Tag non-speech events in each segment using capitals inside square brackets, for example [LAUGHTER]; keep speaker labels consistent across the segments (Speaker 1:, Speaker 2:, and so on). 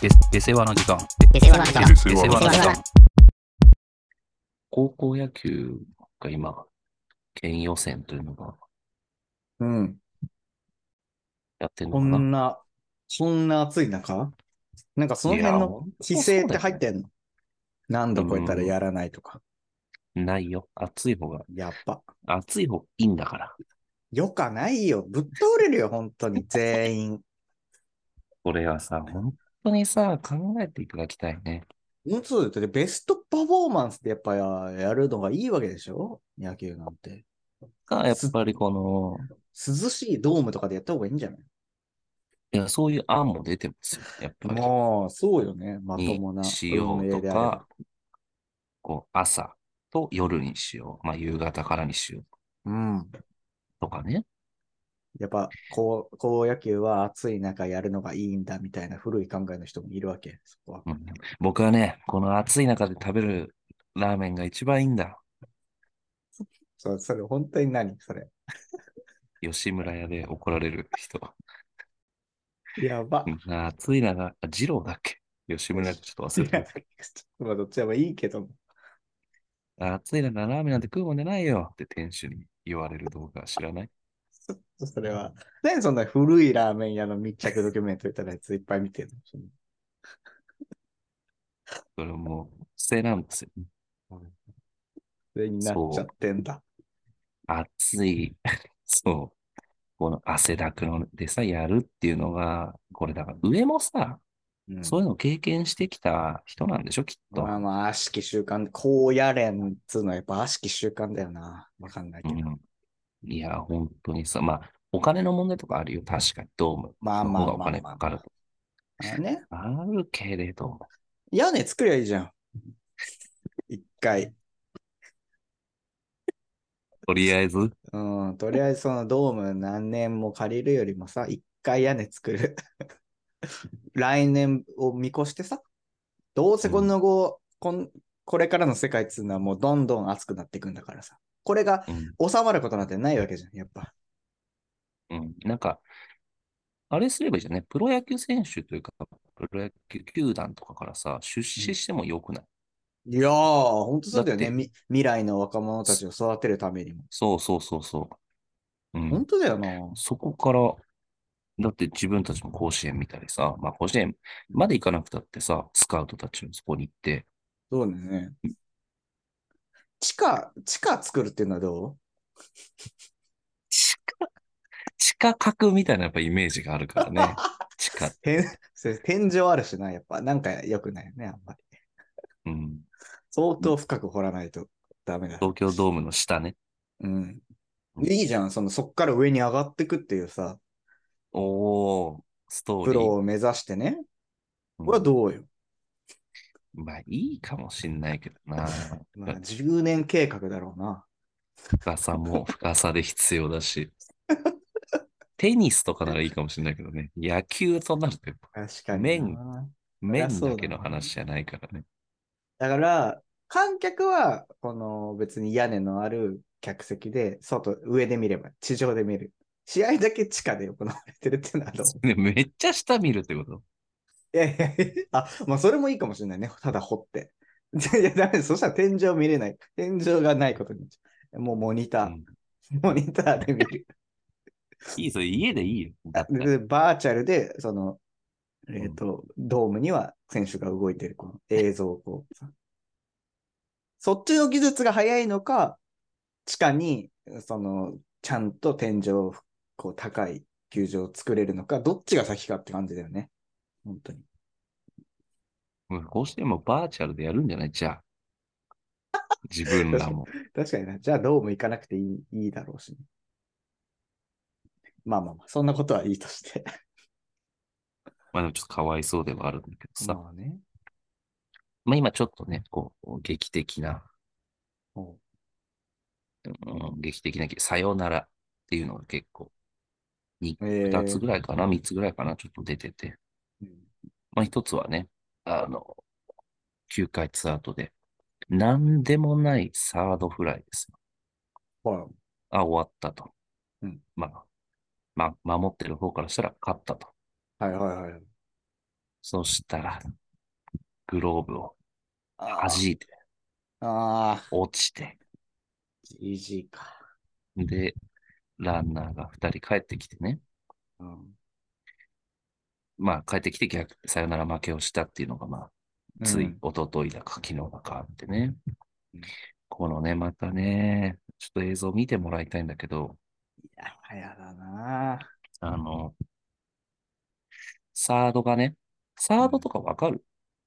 Speaker 1: で、で世話の時間。
Speaker 2: 出世話の時間。
Speaker 1: で
Speaker 3: 出
Speaker 1: 世
Speaker 3: 世
Speaker 1: 話
Speaker 3: 話の
Speaker 1: の時
Speaker 3: 時
Speaker 1: 間
Speaker 2: 間。
Speaker 4: 高校野球が今、県予選というのが
Speaker 5: うん。
Speaker 4: やってるの
Speaker 5: こ
Speaker 4: かな。
Speaker 5: んな、こんな暑い中なんかその辺
Speaker 4: いや
Speaker 5: の規制って入ってんの何度超えたらやらないとか。
Speaker 4: ないよ。暑い方が、
Speaker 5: やっぱ。
Speaker 4: 暑い方がいいんだから。
Speaker 5: よかないよ。ぶっ倒れるよ、本当
Speaker 4: [LAUGHS]
Speaker 5: に。全員。
Speaker 4: これはさ、本当にさ、考えていただきたいね。
Speaker 5: うんそうだよ。ベストパフォーマンスってやっぱやるのがいいわけでしょ野球なんて。
Speaker 4: が、やっぱりこの、
Speaker 5: 涼しいドームとかでやった方がいいんじゃない
Speaker 4: いや、そういう案も出てますよ。やっぱり。
Speaker 5: まあ、そうよね。まともな
Speaker 4: にしよ
Speaker 5: 運
Speaker 4: う
Speaker 5: 営
Speaker 4: と
Speaker 5: であれば
Speaker 4: か。、こう、朝と夜にしよう。まあ、夕方からにしよう
Speaker 5: うん。
Speaker 4: とかね。
Speaker 5: やっぱ、こう、高野球は暑い中やるのがいいんだみたいな古い考えの人もいるわけ。そこは。
Speaker 4: うん僕はね、この暑い中で食べるラーメンが一番いいんだ。
Speaker 5: そそれ、本当に何それ。
Speaker 4: 吉村屋で怒られる人。
Speaker 5: やば。
Speaker 4: うん暑い中、あ二郎だっけ吉村屋ちょっと忘れ
Speaker 5: [LAUGHS] い [LAUGHS] や
Speaker 4: て
Speaker 5: まあ、どっちでもいいけども。
Speaker 4: る。暑い中、ラーメンなんて食うもんじゃないよって店主に言われる動画知らない
Speaker 5: ちょっとそれは。何そんな古いラーメン屋の密着ドキュメントみたいなやついっぱい見てるの
Speaker 4: それもう、癖なんですよ。
Speaker 5: それになっちゃってんだ。
Speaker 4: 暑
Speaker 5: [LAUGHS]
Speaker 4: い、そう。この汗だくのでさ、やるっていうのが、これだから上もさ、
Speaker 5: うん
Speaker 4: そういうのを経験してきた人なんでしょ、きっと。
Speaker 5: まあまあ、悪しき習慣、高野連っつうのはやっぱ悪しき習慣だよな。わかんないけど。
Speaker 4: うんいや、本当にさ、まあ、お金の問題とかあるよ、確かに、ドーム
Speaker 5: まあ
Speaker 4: の
Speaker 5: まあ
Speaker 4: 方
Speaker 5: ま
Speaker 4: がお
Speaker 5: あまあ
Speaker 4: 金かかると。
Speaker 5: あのね。
Speaker 4: あるけれども、
Speaker 5: 屋根作りゃいいじゃん。 [LAUGHS] 一回。
Speaker 4: とりあえず、
Speaker 5: うん、とりあえずそのドーム何年も借りるよりもさ、一回屋根作る。 [LAUGHS] 来年を見越してさ、どうせこの後、こん、これからの世界っつうのはもうどんどん暑くなっていくんだからさ。これが
Speaker 4: うん
Speaker 5: 収まることなんてないわけじゃん、やっぱ。
Speaker 4: うん、なんか、あれすればいいじゃんね、プロ野球選手というか、プロ野球球団とかからさ、出資してもよくない。
Speaker 5: いやー、ほんとそうだよね
Speaker 4: だって
Speaker 5: み未来の若者たちを育てるためにも。
Speaker 4: そうそうそうそう。うん
Speaker 5: ほんとだよな。
Speaker 4: そこから、だって自分たちも甲子園見たりさ、まあ甲子園まで行かなくたってさ、スカウトたちもそこに行って、
Speaker 5: そうだよね。地下、地下作るっていうのはど
Speaker 4: 地下、地下格みたいなやっぱイメージがあるからね。地 [LAUGHS] 下、
Speaker 5: うへんそれ天井あるしな、やっぱ。なんか良くないよね、あんまり。
Speaker 4: うん、
Speaker 5: 相当深く掘らないとダメだ。
Speaker 4: 東京ドームの下ね。
Speaker 5: うん。いいじゃん、その、そっから上に上がってくっていうさ、
Speaker 4: おー、ストーリー。
Speaker 5: プロを目指してね。
Speaker 4: うん
Speaker 5: これはどうよ。
Speaker 4: まあいいかもしんないけどな。
Speaker 5: [LAUGHS] まあ、10年計画だろうな。
Speaker 4: 深さも深さで必要だし。テニスとかならいいかもしんないけどね。野球となるとやっぱ
Speaker 5: 確かにな。
Speaker 4: 面面
Speaker 5: そう
Speaker 4: だ
Speaker 5: だ
Speaker 4: けの
Speaker 5: な
Speaker 4: 話じゃないからね。
Speaker 5: だから、観客は、この別に屋根のある客席で、外、上で見れば、地上で見る。試合だけ地下で行われてるっていうの
Speaker 4: [LAUGHS]
Speaker 5: はどう
Speaker 4: ねめっちゃ下見るってこと
Speaker 5: いやいやいや、あ、まあそれもいいかもしれないね。ただ掘って。 [LAUGHS] いや、ダメ。そしたら天井見れない。天井がないことになっちゃう。もうモニター。
Speaker 4: うん
Speaker 5: [LAUGHS] モニターで見る。
Speaker 4: いい、それ家でいいよ。だったら
Speaker 5: でバーチャルで、その、えっ、
Speaker 4: ん
Speaker 5: と、ドームには選手が動いてる、この映像をこうさ。そっちの技術が早いのか、地下に、その、ちゃんと天井、こう、高い球場を作れるのか、どっちが先かって感じだよね。本当に。
Speaker 4: うんこうしてもバーチャルでやるんじゃないじゃあ。自分ら
Speaker 5: [LAUGHS]
Speaker 4: も。
Speaker 5: 確かにな。じゃあドーム行かなくていいいいだろうし、ね。まあまあまあ、そんなことはいいとして。
Speaker 4: まあでもちょっとかわいそうではあるんだけどさ。
Speaker 5: まあね。
Speaker 4: まあ今ちょっとね、こう、劇的な、
Speaker 5: おう
Speaker 4: うん、劇的な、さよならっていうのが結構、
Speaker 5: [LAUGHS] え
Speaker 4: 2つぐ
Speaker 5: ら
Speaker 4: ら
Speaker 5: い。
Speaker 4: いかな、3つぐらいかな、ちょっと出てて。
Speaker 5: うん
Speaker 4: まあ一つはね、あの、9回ツーアウトで、なんでもないサードフライですよ。
Speaker 5: ほ
Speaker 4: あ、終わったと。
Speaker 5: うん
Speaker 4: まあ、まあ、守ってる方からしたら勝ったと。
Speaker 5: らはいはいはい。
Speaker 4: そしたら、グローブを弾
Speaker 5: あー
Speaker 4: いて、
Speaker 5: あ
Speaker 4: 落ちて、
Speaker 5: ー、GG か。
Speaker 4: で、ランナーが2人帰ってきてね、
Speaker 5: うん
Speaker 4: まあ帰ってきて逆、さよなら負けをしたっていうのが、まあ、つ
Speaker 5: う
Speaker 4: い
Speaker 5: ん、
Speaker 4: 一昨日だか昨日だかあってね
Speaker 5: うん。
Speaker 4: このね、またね、ちょっと映像見てもらいたいんだけど、
Speaker 5: いや、早だな。
Speaker 4: あの、サードがね、サードとかわかる、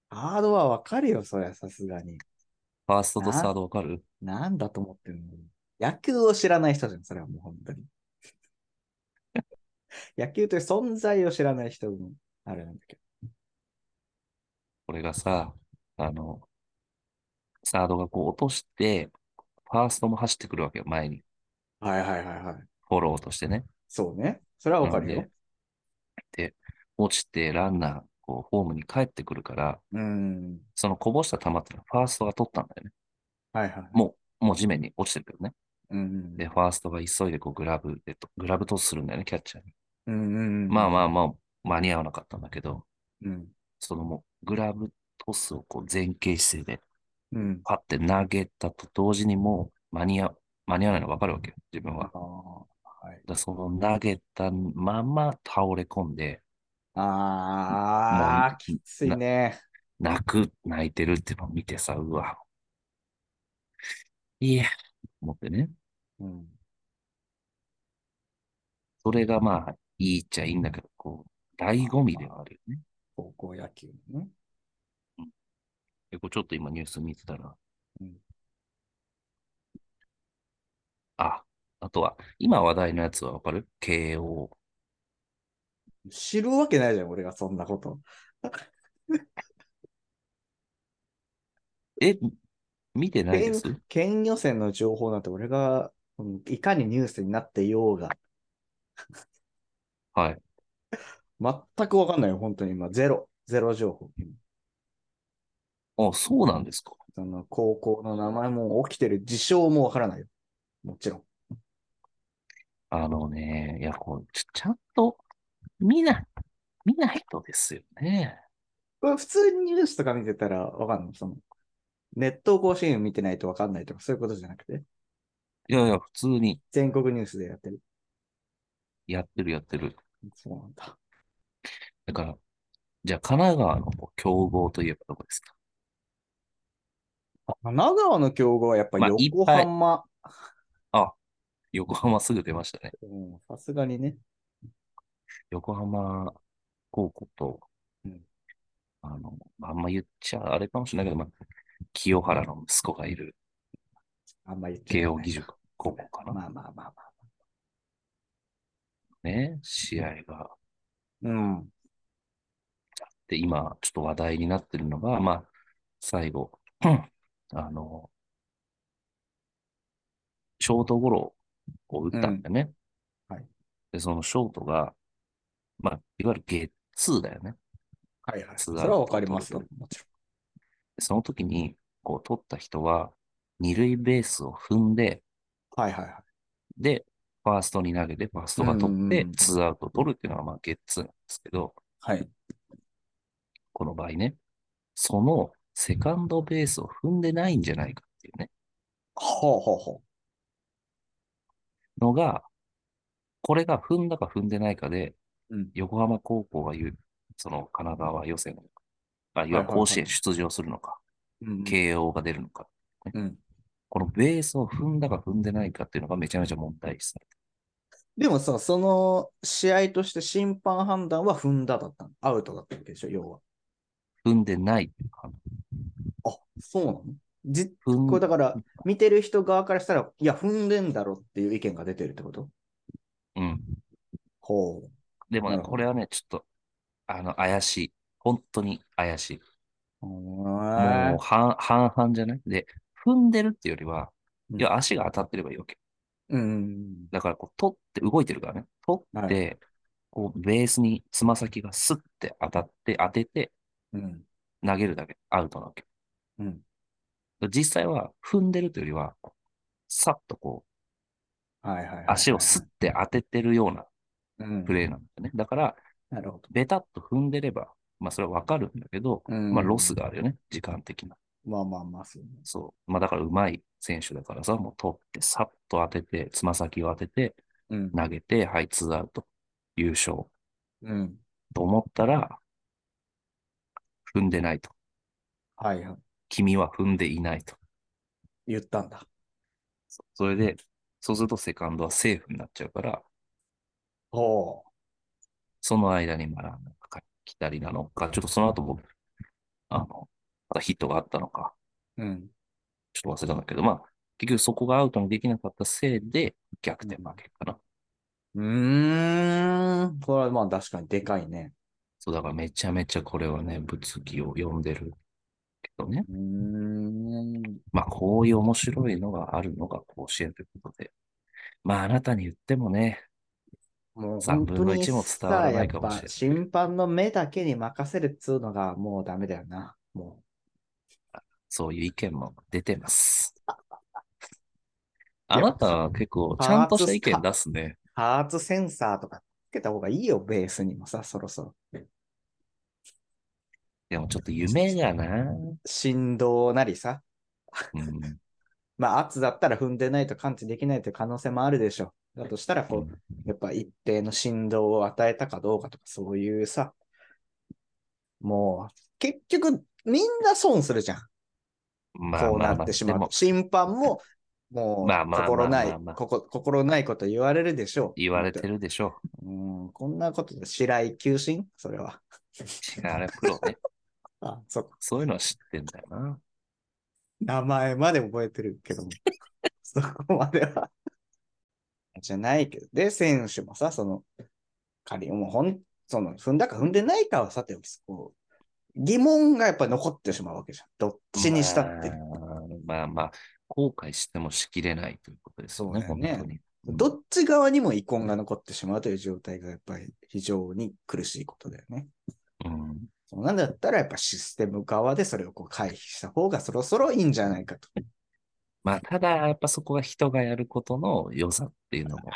Speaker 5: ハードはわかるよ、そりゃさすがに。
Speaker 4: ファーストとサードわかる
Speaker 5: なんだと思ってんの野球を知らない人じゃん、それはもう本当に。 [LAUGHS] 野球という存在を知らない人もあれなんだけ
Speaker 4: これがさ、あの、サードがこう落として、ファーストも走ってくるわけよ、前に。
Speaker 5: ど。はいはいはいはい。
Speaker 4: フォローとしてね。
Speaker 5: そうね。それはわかるよ。
Speaker 4: で、落ちてランナー、こう、ホームに帰ってくるから、
Speaker 5: うん。
Speaker 4: そのこぼした球ってのはファーストが取ったんだよね。
Speaker 5: はいはい。
Speaker 4: もう、もう地面に落ちてるけどね。
Speaker 5: うん
Speaker 4: で、ファーストが急いでこうグラブでと、グラブトスするんだよね、キャッチャーに。
Speaker 5: うんうん。
Speaker 4: まあま
Speaker 5: あ。
Speaker 4: あまあ、間に合わなかったんだけど、
Speaker 5: うん。
Speaker 4: そのもう、グラブトスをこう前傾姿勢で、
Speaker 5: うん。
Speaker 4: パッて投げたと同時にもう、間に合う、間に合わないの分かるわけよ、自分
Speaker 5: あ
Speaker 4: は。だか
Speaker 5: あ。はい。
Speaker 4: らその投げたまま倒れ込んで、
Speaker 5: ああ、きついね。
Speaker 4: 泣く、泣いてるっていうのを見てさ、うわ、いや、思ってね。
Speaker 5: うん。
Speaker 4: それがまあ、いいっちゃいいんだけど、こう、醍醐味ではあるよね。
Speaker 5: 高校野球のね。
Speaker 4: でこうちょっと今ニュース見てたら、
Speaker 5: うん
Speaker 4: あ、あとは、今話題のやつはわかる ?KO。
Speaker 5: 知るわけないじゃん、俺がそんなこと。
Speaker 4: え、見てないです
Speaker 5: 県県予選の情報なんて俺が、うんいかにニュースになっていようが、
Speaker 4: はい。
Speaker 5: 全くわかんないよ、本当に今、ゼロ、ゼロ情報。
Speaker 4: あ、そうなんですか。
Speaker 5: その高校の名前も起きてる事象もわからないよ。もちろん。
Speaker 4: あのね、いや、こう、ちちゃんと見ない、見ないとですよね。
Speaker 5: これ普通にニュースとか見てたらわかんない。その、ネット甲子園見てないとわかんないとか、そういうことじゃなくて、
Speaker 4: いやいや、普通に
Speaker 5: 全国ニュースでやってる。
Speaker 4: やってるやってる。
Speaker 5: そうなんだ。
Speaker 4: だから、じゃあ神奈川のこう競合といえばどこですか [LAUGHS]
Speaker 5: 神奈川の競合はやっぱ
Speaker 4: まあいっ
Speaker 5: 横
Speaker 4: ぱい
Speaker 5: 浜。
Speaker 4: 横浜すぐ出ましたね。
Speaker 5: うんさすがにね。
Speaker 4: 横浜高校と、
Speaker 5: うん
Speaker 4: あの、あんま言っちゃあれかもしれないけど、まあ、清原の息子がいる
Speaker 5: あんまり言っちゃ
Speaker 4: 慶
Speaker 5: いけ
Speaker 4: 応
Speaker 5: ない
Speaker 4: 義塾高校かな。
Speaker 5: まあまあまあまあ。
Speaker 4: ね、試合が。
Speaker 5: うん。
Speaker 4: で、今、ちょっと話題になってるのが、まあ、最後、 [CLEARS THROAT] うんあの、ショートゴロを打ったんだよね。
Speaker 5: うんはい
Speaker 4: で、そのショートが、まあ、いわゆるゲッツーだよね。
Speaker 5: はいはい。
Speaker 4: ツ
Speaker 5: そ
Speaker 4: ーアウト
Speaker 5: れはわかりますよ
Speaker 4: 取。
Speaker 5: もち
Speaker 4: でその時に、こう、取った人は、二塁ベースを踏んで、
Speaker 5: ろん。はいはいはい。
Speaker 4: で、ファーストに投げて、ファーストが取
Speaker 5: うん
Speaker 4: っ
Speaker 5: うんう
Speaker 4: て
Speaker 5: ん、
Speaker 4: ツーアウト取るっていうのが、まあ、ゲッツーなんですけど、
Speaker 5: はい。
Speaker 4: この場合ね、そのセカンドベースを踏んでないんじゃないかっていうね、
Speaker 5: ほうほうほ
Speaker 4: のが、これが踏んだか踏んでないかで、
Speaker 5: う。うん。
Speaker 4: 横浜高校が言う、その神奈川予選、あいわゆる甲子園出場するのか、
Speaker 5: うん
Speaker 4: 慶応が出るのか、
Speaker 5: うん。
Speaker 4: このベースを踏んだか踏んでないかっていうのがめちゃめちゃ問題です。
Speaker 5: でもさ、その試合として審判判断は踏んだだったの。アウトだったわけでしょ、要は。
Speaker 4: 踏んでないっていうか
Speaker 5: あ、そうなのじ
Speaker 4: 踏ん
Speaker 5: これだから、見てる人側からしたら、いや、踏んでんだろっていう意見が出てるってこと
Speaker 4: うん。
Speaker 5: ほう。
Speaker 4: でもね、
Speaker 5: なるほど
Speaker 4: これはね、ちょっと、あの、怪しい。本当に怪しい。もう、半半々じゃないで、踏んでるっていうよりは、
Speaker 5: うん
Speaker 4: いや、足が当たってればいいわけ。
Speaker 5: う。うん。
Speaker 4: だから、こう、取って、動いてるからね。取
Speaker 5: は
Speaker 4: っ
Speaker 5: い。
Speaker 4: て、こう、ベースにつま先がスッて当たって、当てて、
Speaker 5: うん。
Speaker 4: 投げるだけ、アウトなわけ。
Speaker 5: うん。
Speaker 4: 実際は、踏んでるというよりは、さっとこう、
Speaker 5: はいはいはいはい。
Speaker 4: 足をスッて当ててるような
Speaker 5: うん
Speaker 4: プレーなんだよね。だから、
Speaker 5: なるほど。
Speaker 4: ベタっと踏んでれば、まあそれはわかるんだけど、
Speaker 5: うん
Speaker 4: まあロスがあるよね、時間的な。
Speaker 5: まあまあまあ、そうね。
Speaker 4: そう。まあだから上手い選手だからさ、もう取って、さっと当てて、つま先を当てて、
Speaker 5: うん。
Speaker 4: 投げて、はい、ツーアウト、優勝
Speaker 5: うん。
Speaker 4: と思ったら、踏んでないと。
Speaker 5: はいはい。
Speaker 4: 君は踏んでいないと。
Speaker 5: 言ったんだ。
Speaker 4: それで、そうするとセカンドはセーフになっちゃうから、
Speaker 5: ほ
Speaker 4: その間にまだなんか来たりなのか、ちょっとその後僕、あの、またヒットがあったのか、
Speaker 5: う。うん。
Speaker 4: ちょっと忘れたんだけど、まあ、結局そこがアウトにできなかったせいで逆転負けかな。
Speaker 5: うーん。これはまあ確かにでかいね。
Speaker 4: そう、だからめちゃめちゃこれはね、物議を呼んでるけどね。
Speaker 5: うーん。
Speaker 4: まあ、こういう面白いのがあるのが甲子園ということで。まあ、あなたに言ってもね、
Speaker 5: もう
Speaker 4: 三
Speaker 5: 本
Speaker 4: 分
Speaker 5: 当
Speaker 4: の
Speaker 5: に
Speaker 4: 一も伝わらないかもしれない
Speaker 5: さやっぱ審判の目だけに任せるっつうのがもうダメだよな。も
Speaker 4: そういう意見も出てます。
Speaker 5: いや
Speaker 4: あなたは結構、ちゃんとした意見出すね。
Speaker 5: う、ハーツセンサーとかつけた方がいいよ、ベースにもさ、そろそろ。
Speaker 4: でもちょっと夢がな。
Speaker 5: 振動なりさ。
Speaker 4: うん
Speaker 5: まあ、圧だったら踏んでないと感知できないという可能性もあるでしょう。だとしたら、こう、やっぱ一定の振動を与えたかどうかとか、そういうさ、もう、結局、みんな損するじゃん。
Speaker 4: まあ
Speaker 5: こう
Speaker 4: ま
Speaker 5: な
Speaker 4: あま
Speaker 5: っ
Speaker 4: あ、
Speaker 5: てし
Speaker 4: で
Speaker 5: まう
Speaker 4: も
Speaker 5: と。審判も、も
Speaker 4: まあ
Speaker 5: う、
Speaker 4: まあ
Speaker 5: 心ない
Speaker 4: まあまあま、あ
Speaker 5: ここ心ないこと言われるでしょう。
Speaker 4: 言われてるでしょ
Speaker 5: うん、こんなことで、白井球審それは。
Speaker 4: う。あれ、プロね。
Speaker 5: あ、そっか。
Speaker 4: そういうのは知ってんだよな。
Speaker 5: 名前まで覚えてる
Speaker 4: [LAUGHS]
Speaker 5: けども。そこまでは。じゃないけど。で、選手もさ、その、仮にもうほん、その、踏んだか踏んでないかはさておき、こう、疑問がやっぱり残ってしまうわけじゃん。どっちにしたって。
Speaker 4: まあまあまあ、後悔してもしきれないということですよね、
Speaker 5: そうだよね
Speaker 4: 本当に。
Speaker 5: どっち側にも遺恨が残ってしまうという状態がやっぱり非常に苦しいことだよね。
Speaker 4: うん、
Speaker 5: そうなんだったらやっぱシステム側でそれをこう回避した方がそろそろいいんじゃないかと。
Speaker 4: まあ、ただ、やっぱそこが人がやることの良さっていうのも、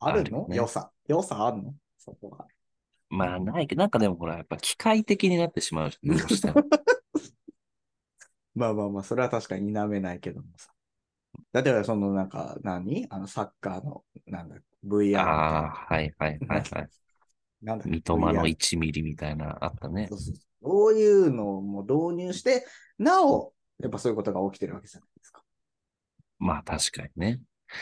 Speaker 5: あるの
Speaker 4: あるよね
Speaker 5: 良さ。良さあるのそこは。
Speaker 4: まあ、ないけど、なんかでもほら、やっぱ機械的になってしまうじゃん
Speaker 5: [LAUGHS]
Speaker 4: どうしても。
Speaker 5: まあまあまあ、それは確かに否めないけどもさ。だってそのなんか何、あのサッカーの、なんだ、VR み
Speaker 4: ああ、はいはい
Speaker 5: [LAUGHS]
Speaker 4: はいはい。
Speaker 5: たいな。なんだ
Speaker 4: 三笘の
Speaker 5: VR
Speaker 4: 1ミリみたいな、あったね
Speaker 5: そ。うそうそうそういうのをもう導入して、なお、やっぱそういうことが起きてるわけじゃないですか。
Speaker 4: まあ、確かにね。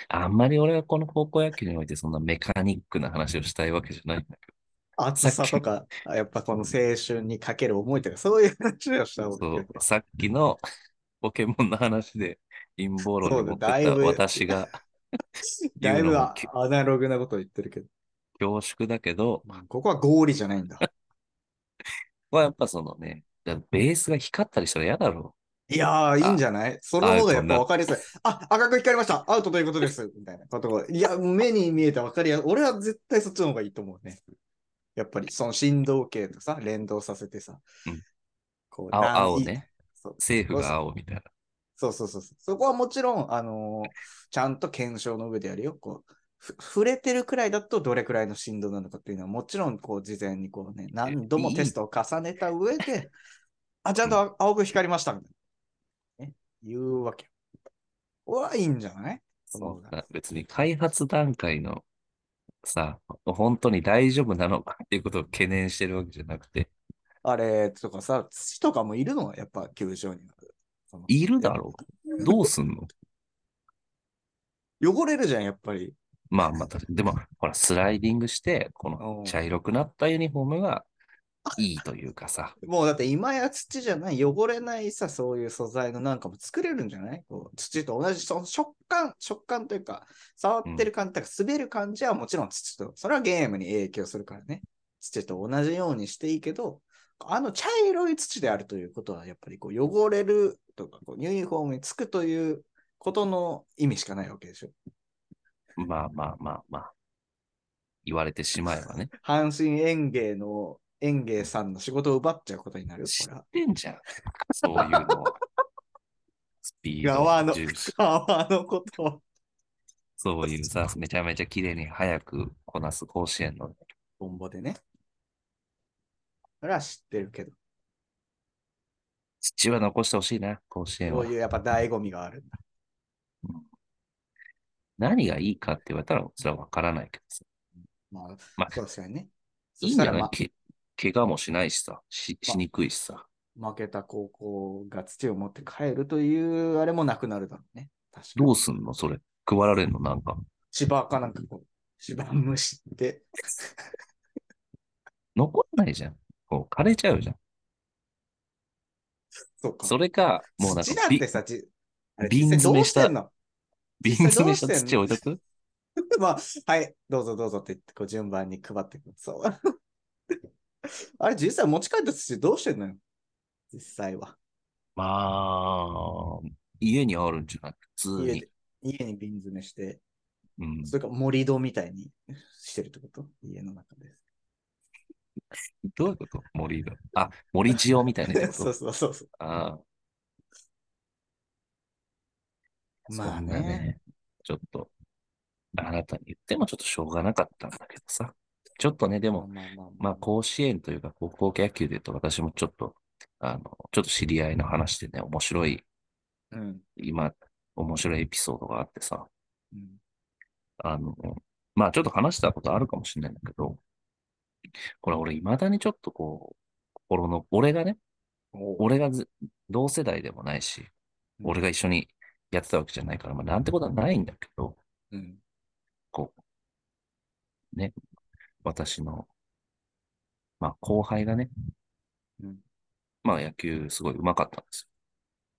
Speaker 4: あんまり俺はこの高校野球においてそんなメカニックな話をしたいわけじゃないんだけ
Speaker 5: 暑さとか、やっぱこの青春にかける思いとか、そういう話をした
Speaker 4: ど、
Speaker 5: 方が
Speaker 4: そう、さっきのポケモンの話で陰謀論に持って
Speaker 5: そうだ
Speaker 4: っ
Speaker 5: い
Speaker 4: た
Speaker 5: ぶ
Speaker 4: 私が
Speaker 5: だい
Speaker 4: 言
Speaker 5: ぶ
Speaker 4: うの
Speaker 5: ア
Speaker 4: もき
Speaker 5: ナログなことを言ってるけど、
Speaker 4: 恐縮だけど、
Speaker 5: まあ、ここは合理じゃないんだ。
Speaker 4: はやっぱそのね、だからベースが光ったりしたら嫌だろ
Speaker 5: いやー、いいんじゃないその方がやっぱ分かりやすい。あ、赤く光りました。アウトというこ
Speaker 4: [LAUGHS]
Speaker 5: とです。みたいなことを。いや、目に見えて分かりやすい。俺は絶対そっちの方がいいと思うね。やっぱり、その振動系とさ、連動させてさ。
Speaker 4: うん
Speaker 5: こ
Speaker 4: 青
Speaker 5: なん
Speaker 4: 青
Speaker 5: い
Speaker 4: ね
Speaker 5: そう
Speaker 4: う。。政府が青みたいな。
Speaker 5: そうそうそうそう。そこはもちろん、あのーちゃんと検証の上でやるよ。こう、ふ触れてるくらいだとどれくらいの振動なのかっていうのは、もちろん、こう、事前にこうね、何度もテストを重ねた上で、あ、ちゃんと青く光りましたみたいな。ね、言うわけ。これはいいんじゃない
Speaker 4: そうだ別に開発段階のさ、本当に大丈夫なのかっていうことを懸念してるわけじゃなくて、
Speaker 5: あれとかさ、土とかもいるのやっぱ球場には。その
Speaker 4: いるだろう。どうすんの
Speaker 5: 汚れるじゃん、やっぱり。
Speaker 4: まあまあ、確かにでも、ほら、スライディングして、この茶色くなったユニフォームがいいというかさ、
Speaker 5: もうだって今や土じゃない、汚れないさ、そういう素材のなんかも作れるんじゃないこう土と同じその食感、食感というか、触ってる感じとか、滑る感じはもちろん土と、それはゲームに影響するからね。土と同じようにしていいけど、あの茶色い土であるということは、やっぱりこう汚れるとか、こうユニフォームにつくということの意味しかないわけでしょ。
Speaker 4: まあまあまあまあ、言われてしまえば
Speaker 5: [LAUGHS]
Speaker 4: ね。
Speaker 5: 阪神園芸の園芸さんの仕事を奪っちゃうことになるよ、
Speaker 4: 知
Speaker 5: これは
Speaker 4: っ。てんじゃん。そういう
Speaker 5: [LAUGHS]
Speaker 4: のは。スピード
Speaker 5: 側の
Speaker 4: 重視、
Speaker 5: 川のことを。
Speaker 4: そういうさ、めちゃめちゃ綺麗に早くこなす甲子園の。
Speaker 5: トンボでね。それは知ってるけど、
Speaker 4: 土は残してほしいな、甲子園
Speaker 5: そ
Speaker 4: は
Speaker 5: ういうやっぱ醍醐味があるんだ。
Speaker 4: 何がいいかって言われたら、それはわからないけどさ。
Speaker 5: まあ、
Speaker 4: まあ
Speaker 5: そうですよね。そ
Speaker 4: いい
Speaker 5: し
Speaker 4: んじ
Speaker 5: た
Speaker 4: ゃ
Speaker 5: ら、
Speaker 4: ない
Speaker 5: ま、
Speaker 4: け怪我もしないしさ、ししにくいしさ。
Speaker 5: 負けた高校が土を持って帰るというあれもなくなるだろうね。確か
Speaker 4: ど
Speaker 5: に。
Speaker 4: うすんのそれ。配られんのなんか。
Speaker 5: 芝かなんかこう、芝蒸して、
Speaker 4: 残んないじゃん。こう枯れちゃうじゃん。
Speaker 5: そうか。
Speaker 4: それか、もうなんか
Speaker 5: 土だっ
Speaker 4: び
Speaker 5: てさ、じあれ
Speaker 4: 瓶
Speaker 5: 実際どうしてんの [LAUGHS]
Speaker 4: 瓶
Speaker 5: 実際
Speaker 4: 詰
Speaker 5: ど
Speaker 4: め
Speaker 5: う
Speaker 4: し
Speaker 5: して
Speaker 4: た
Speaker 5: んの
Speaker 4: 土置いとく
Speaker 5: まあ、はい、どうぞどうぞって言って、こう順番に配っていく。そう。あれ、実際持ち帰った土どうしてんのよ実際は。
Speaker 4: まあ、家にあるんじゃない普通
Speaker 5: 家
Speaker 4: に
Speaker 5: で。、家に瓶詰めして、
Speaker 4: うん。
Speaker 5: それから盛り土みたいにしてるってこと家の
Speaker 4: [LAUGHS]
Speaker 5: 中で。
Speaker 4: どういうこと森が。あ、森塩みたいなやつ。
Speaker 5: [LAUGHS] そうそうそうそう。
Speaker 4: ああ、
Speaker 5: まあ
Speaker 4: そんな
Speaker 5: ね。
Speaker 4: ね。ちょっと、あなたに言ってもちょっとしょうがなかったんだけどさ。ちょっとね、で
Speaker 5: まあ
Speaker 4: も、
Speaker 5: まあまあま
Speaker 4: まあ、
Speaker 5: あ。
Speaker 4: 甲子園というか、高校野球で言うと、私もちょっと、あの、ちょっと知り合いの話でね、面白い、
Speaker 5: うん。
Speaker 4: 今、面白いエピソードがあってさ、
Speaker 5: うん
Speaker 4: あの、まあ、ちょっと話したことあるかもしれないんだけど、これ、俺、未だにちょっとこう、心の、俺がね、
Speaker 5: おう
Speaker 4: 俺がず同世代でもないし、
Speaker 5: うん
Speaker 4: 俺が一緒にやってたわけじゃないから、まあ、なんてことはないんだけど、
Speaker 5: うん。
Speaker 4: こう、ね、私の、まあ、後輩がね、
Speaker 5: うん。
Speaker 4: まあ、野球すごい上手かったんです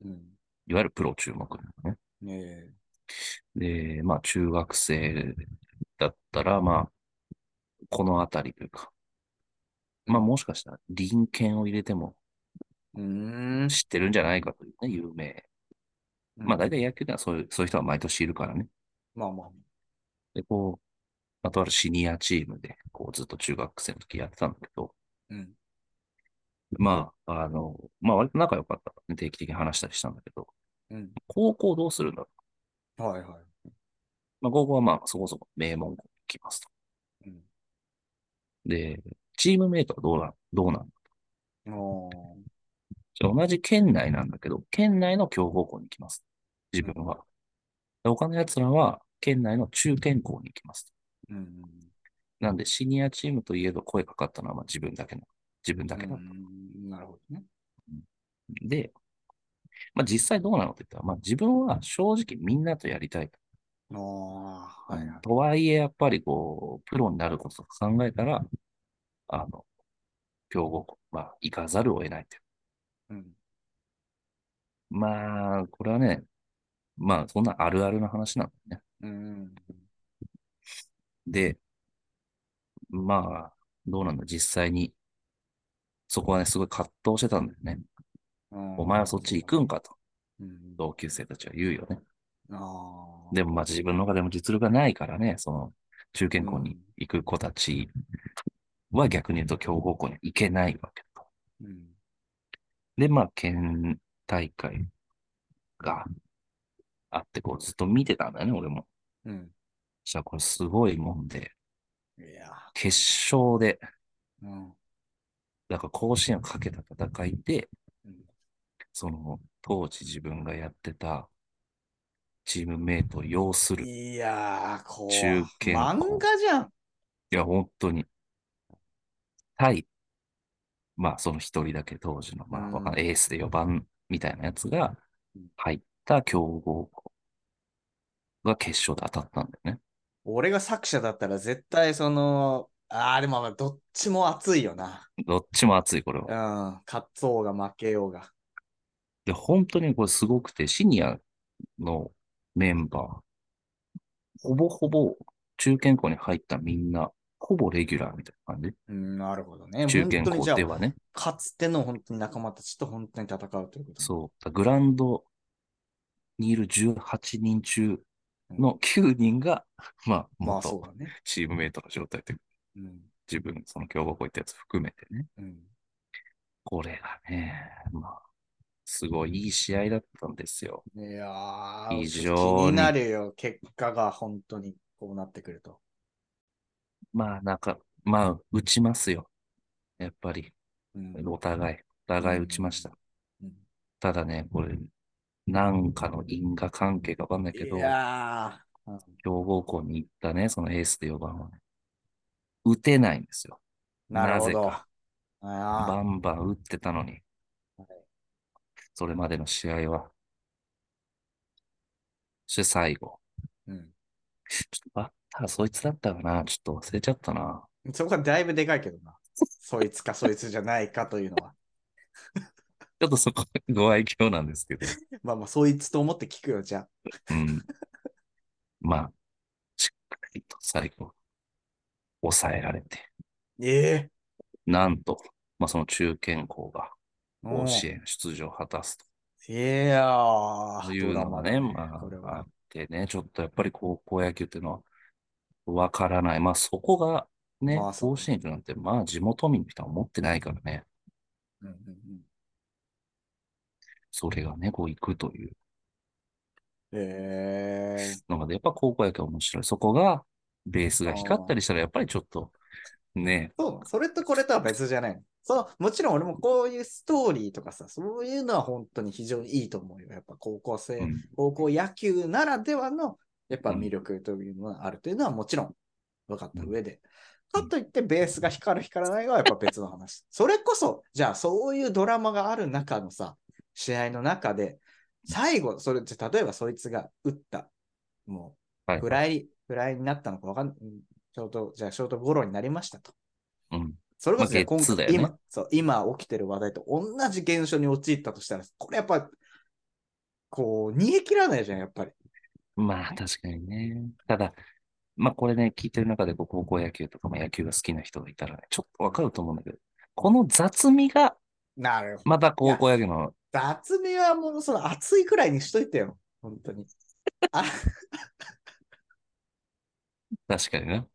Speaker 4: よ。
Speaker 5: うん。
Speaker 4: いわゆるプロ注目のね。
Speaker 5: ねえ。
Speaker 4: で、まあ、中学生だったら、まあ、このあたりというか、まあ、もしかしたら、隣県を入れても
Speaker 5: うーん。
Speaker 4: 知ってるんじゃないかというね、有名。まあ、大体野球ではそういう、そういう人は毎年いるからね。
Speaker 5: まあまあ。
Speaker 4: で、こう、まあとあるシニアチームで、こう、ずっと中学生の時やってたんだけど、
Speaker 5: うん。
Speaker 4: まあ、あの、まあ、割と仲良かったからね。定期的に話したりしたんだけど、
Speaker 5: うん。
Speaker 4: 高校どうするんだろ
Speaker 5: はいは
Speaker 4: う。まあ、高校はまあ、そこそこ名門校に来ますと。
Speaker 5: い。うん。
Speaker 4: で、チームメイトはどうな、どうなん
Speaker 5: おー
Speaker 4: 同じ県内なんだけど、県内の強豪校に行きます。自分は。で他の奴らは、県内の中堅校に行きます。
Speaker 5: うん。
Speaker 4: なんで、シニアチームといえど声かかったのはまあ自分だけの、自分だ
Speaker 5: う
Speaker 4: けの。
Speaker 5: ん。なるほどね。
Speaker 4: で、まあ実際どうなのって言ったら、まあ自分は正直みんなとやりたい。
Speaker 5: ああ、はいはい。
Speaker 4: とはいえ、やっぱりこう、プロになることを考えたら、あの、強豪校、まあ行かざるを得ないという。
Speaker 5: うん。
Speaker 4: まあ、これはね、まあそんなあるあるの話なんだよね。
Speaker 5: うん。
Speaker 4: で、まあ、どうなんだ、実際に、そこはね、すごい葛藤してたんだよね。お前はそっち行くんかと、
Speaker 5: うん。
Speaker 4: 同級生たちは言うよね。
Speaker 5: ああ。
Speaker 4: でもまあ自分の中でも実力がないからね、その、中堅校に行く子たちは逆に言うと強豪校には行けないわけと。
Speaker 5: うん。
Speaker 4: で、まあ、県大会があって、こう、ずっと見てたんだよね、俺も。
Speaker 5: うん。
Speaker 4: そしたらこれすごいもんで、
Speaker 5: いや
Speaker 4: 決勝で、
Speaker 5: ー。うん。
Speaker 4: だから甲子園をかけた戦いで、
Speaker 5: うん
Speaker 4: その、当時自分がやってたチームメイトを要する。い
Speaker 5: いやー、こ
Speaker 4: 中
Speaker 5: う、
Speaker 4: 堅
Speaker 5: 漫画じゃん。
Speaker 4: や、本当に。対、まあ、その一人だけ当時の、まあ、わかんないエースで4番みたいなやつが
Speaker 5: うん
Speaker 4: 入った強豪校が決勝で当たったんだよね。
Speaker 5: 俺が作者だったら絶対その、ああ、でもまあどっちも熱いよな。
Speaker 4: どっちも熱い、これ
Speaker 5: うん。
Speaker 4: は。
Speaker 5: 勝とうが負けようが。
Speaker 4: で、本当にこれすごくて、シニアのメンバー、ほぼほぼ中堅校に入ったみんな、ほぼレギュラーみたいな感じ。
Speaker 5: うん、なるほどね。
Speaker 4: 中
Speaker 5: 本当
Speaker 4: 堅
Speaker 5: に
Speaker 4: 校
Speaker 5: じゃ
Speaker 4: で
Speaker 5: あ、
Speaker 4: はね。
Speaker 5: かつての本当に仲間たちと本当に戦うということ。
Speaker 4: そう。だグラウンドにいる18人中の9人が、まあ、
Speaker 5: まあそう
Speaker 4: 元
Speaker 5: だね。
Speaker 4: チームメイトの状態というか、
Speaker 5: うん。
Speaker 4: 自分、その強豪校行ったやつ含めてね。
Speaker 5: うん。
Speaker 4: これがね、まあ、すごいいい試合だったんですよ。
Speaker 5: いや
Speaker 4: 非
Speaker 5: ー、ち
Speaker 4: 常
Speaker 5: ょ
Speaker 4: に
Speaker 5: っと気になるよ。結果が本当にこうなってくると。
Speaker 4: まあ、なんか、まあ、打ちますよ。やっぱり。
Speaker 5: うん
Speaker 4: お互い、お互い打ちました。ただね、これ、なんかの因果関係かわかんないけ
Speaker 5: い
Speaker 4: ど、
Speaker 5: やーうん
Speaker 4: 強豪校に行ったね、そのエースで4番はね。打てないんですよ。
Speaker 5: なるほ
Speaker 4: なぜ
Speaker 5: ど。
Speaker 4: か
Speaker 5: あ
Speaker 4: バンバン打ってたのに。それまでの試合は。そして最後。
Speaker 5: ーうん
Speaker 4: ちょっとバッターそいつだったかな。ちょっと忘れちゃったな。
Speaker 5: そこはだいぶでかいけどな。そいつかそいつじゃないかというのは。
Speaker 4: ちょっとそこ、ご愛嬌なんですけど。
Speaker 5: まあまあ、そいつと思って聞くよ、じゃあ。
Speaker 4: うん。 [LAUGHS] まあ、しっかりと最後、抑えられて。
Speaker 5: ええ
Speaker 4: なんと、まあその中堅校が
Speaker 5: うん
Speaker 4: 甲子園出場を果たす
Speaker 5: いやー、
Speaker 4: というのがね、
Speaker 5: ドラマだ
Speaker 4: ま
Speaker 5: これ
Speaker 4: あ、あ
Speaker 5: は
Speaker 4: っ。てね、ちょっとやっぱり高校野球っていうのは、わからない。まあそこがね、
Speaker 5: まあそう
Speaker 4: 甲子園行くなんて、まあ地元民の人は思ってないからね、
Speaker 5: うんうん
Speaker 4: それがね、こう行くという
Speaker 5: うんええ
Speaker 4: のが、やっぱ高校野球は面白い。そこが、ベースが光ったりしたら、やっぱりちょっと、ね、
Speaker 5: そう、それとこれとは別じゃないの。そのもちろん俺もこういうストーリーとかさ、そういうのは本当に非常にいいと思うよ。やっぱ高校生、
Speaker 4: うん
Speaker 5: 高校野球ならではの、やっぱ魅力というのはあるというのはもちろん分かった上で。
Speaker 4: うん
Speaker 5: かといってベースが光る光らないはやっぱ別の話。それこそ、じゃあそういうドラマがある中のさ、試合の中で、最後、それって例えばそいつが打った、も
Speaker 4: は
Speaker 5: う
Speaker 4: い
Speaker 5: フライ、フライになったのかわかんない。ショート、じゃあショートゴロになりましたと。
Speaker 4: うん、
Speaker 5: それこそね、
Speaker 4: まあゲッツーだ
Speaker 5: 今
Speaker 4: よ
Speaker 5: 回
Speaker 4: ね
Speaker 5: 今そう、今起きてる話題と同じ現象に陥ったとしたら、これやっぱ、こう、煮え切らないじゃん、やっぱり。
Speaker 4: まあ確かにね。ただ、まあこれね、聞いてる中でこう高校野球とかも野球が好きな人がいたらね、ちょっとわかると思うんだけど、この雑味が
Speaker 5: なるほど。
Speaker 4: また高校野球の、
Speaker 5: 雑味はもう、その熱いくらいにしといてよ、本当に。あ
Speaker 4: 確かにね。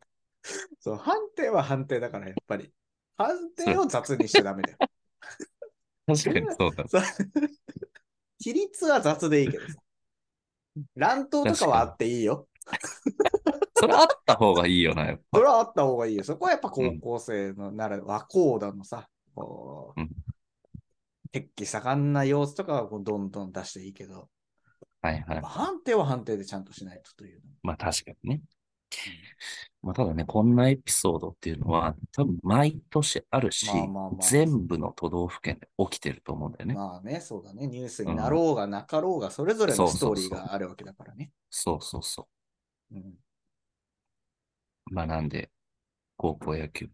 Speaker 5: そう、判定は判定だから、やっぱり。判定を雑にしちゃ
Speaker 4: [LAUGHS]
Speaker 5: ダメだよ。
Speaker 4: 確かにそうだ。
Speaker 5: そう比率は雑でいいけどさ。乱闘とかはあっていいよ。
Speaker 4: それあった方がいいよな、やっ
Speaker 5: そ
Speaker 4: ぱ。
Speaker 5: れはあった方がいいよ。そこはやっぱ高校生のなら、和光だのさ、こう
Speaker 4: うん、
Speaker 5: 血気盛んな様子とかはこうどんどん出していいけど、
Speaker 4: はいはい。
Speaker 5: 判定は判定でちゃんとしないとという。
Speaker 4: まあ確かにね。まあただね、こんなエピソードっていうのは、多分毎年あるし、
Speaker 5: まあまあまあ
Speaker 4: 全部の都道府県で起きてると思うんだよね。
Speaker 5: まあね、そうだね、ニュースになろうがなかろうが、それぞれのストーリーがあるわけだからね。
Speaker 4: そうそうそ
Speaker 5: うん
Speaker 4: う。まあなんで、高校野球、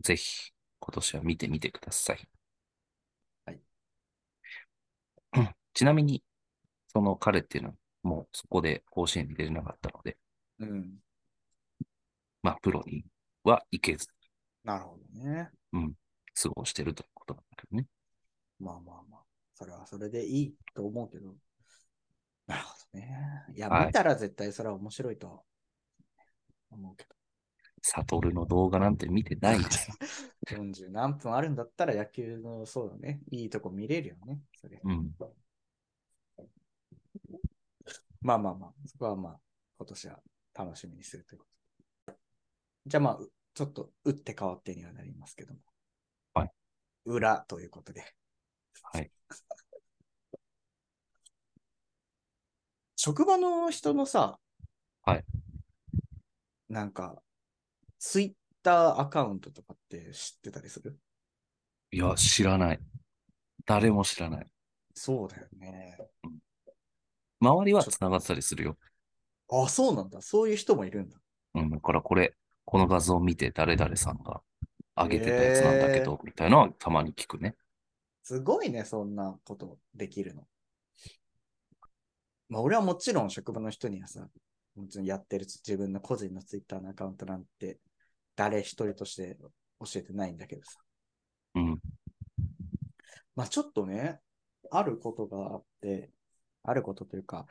Speaker 4: ぜひ今年は見てみてください。
Speaker 5: はい
Speaker 4: うん。 [CLEARS THROAT] ちなみに、その彼っていうのは、もうそこで甲子園に出れなかったので、
Speaker 5: うん、
Speaker 4: まあプロには行けず
Speaker 5: なるほどね。
Speaker 4: 過ごしてるということなんだけどね。
Speaker 5: まあまあまあ、それはそれでいいと思うけど。なるほどね。いや、
Speaker 4: はい
Speaker 5: 見たら絶対それは面白いと思うけ
Speaker 4: サトルの動画なんて見てない
Speaker 5: [LAUGHS]
Speaker 4: です。
Speaker 5: ど。40何分あるんだったら野球の、そうだね、いいとこ見れるよね。それ
Speaker 4: うん。
Speaker 5: まあまあまあ、そこはまあ、今年は楽しみにするということ。じゃあまあ、うちょっと打って変わってにはなりますけども。
Speaker 4: はい。
Speaker 5: 裏ということで。
Speaker 4: はい。
Speaker 5: [LAUGHS] 職場の人のさ、
Speaker 4: はい。
Speaker 5: なんか、ツイッターアカウントとかって知ってたりする
Speaker 4: いや、知らない。誰も知らない。
Speaker 5: そうだよね。
Speaker 4: 周りは繋がってたりするよ。
Speaker 5: あ、そうなんだ。そういう人もいるんだ。
Speaker 4: うん。だからこれ、この画像を見て誰々さんが上げてたやつなんだけど、みたいなのはたまに聞くね。
Speaker 5: すごいね、そんなことできるの。まあ、俺はもちろん職場の人にはさ、もちろんやってる自分の個人のツイッターのアカウントなんて、誰一人として教えてないんだけどさ。
Speaker 4: うん。
Speaker 5: まあ、ちょっとね、あることがあって、あることというか、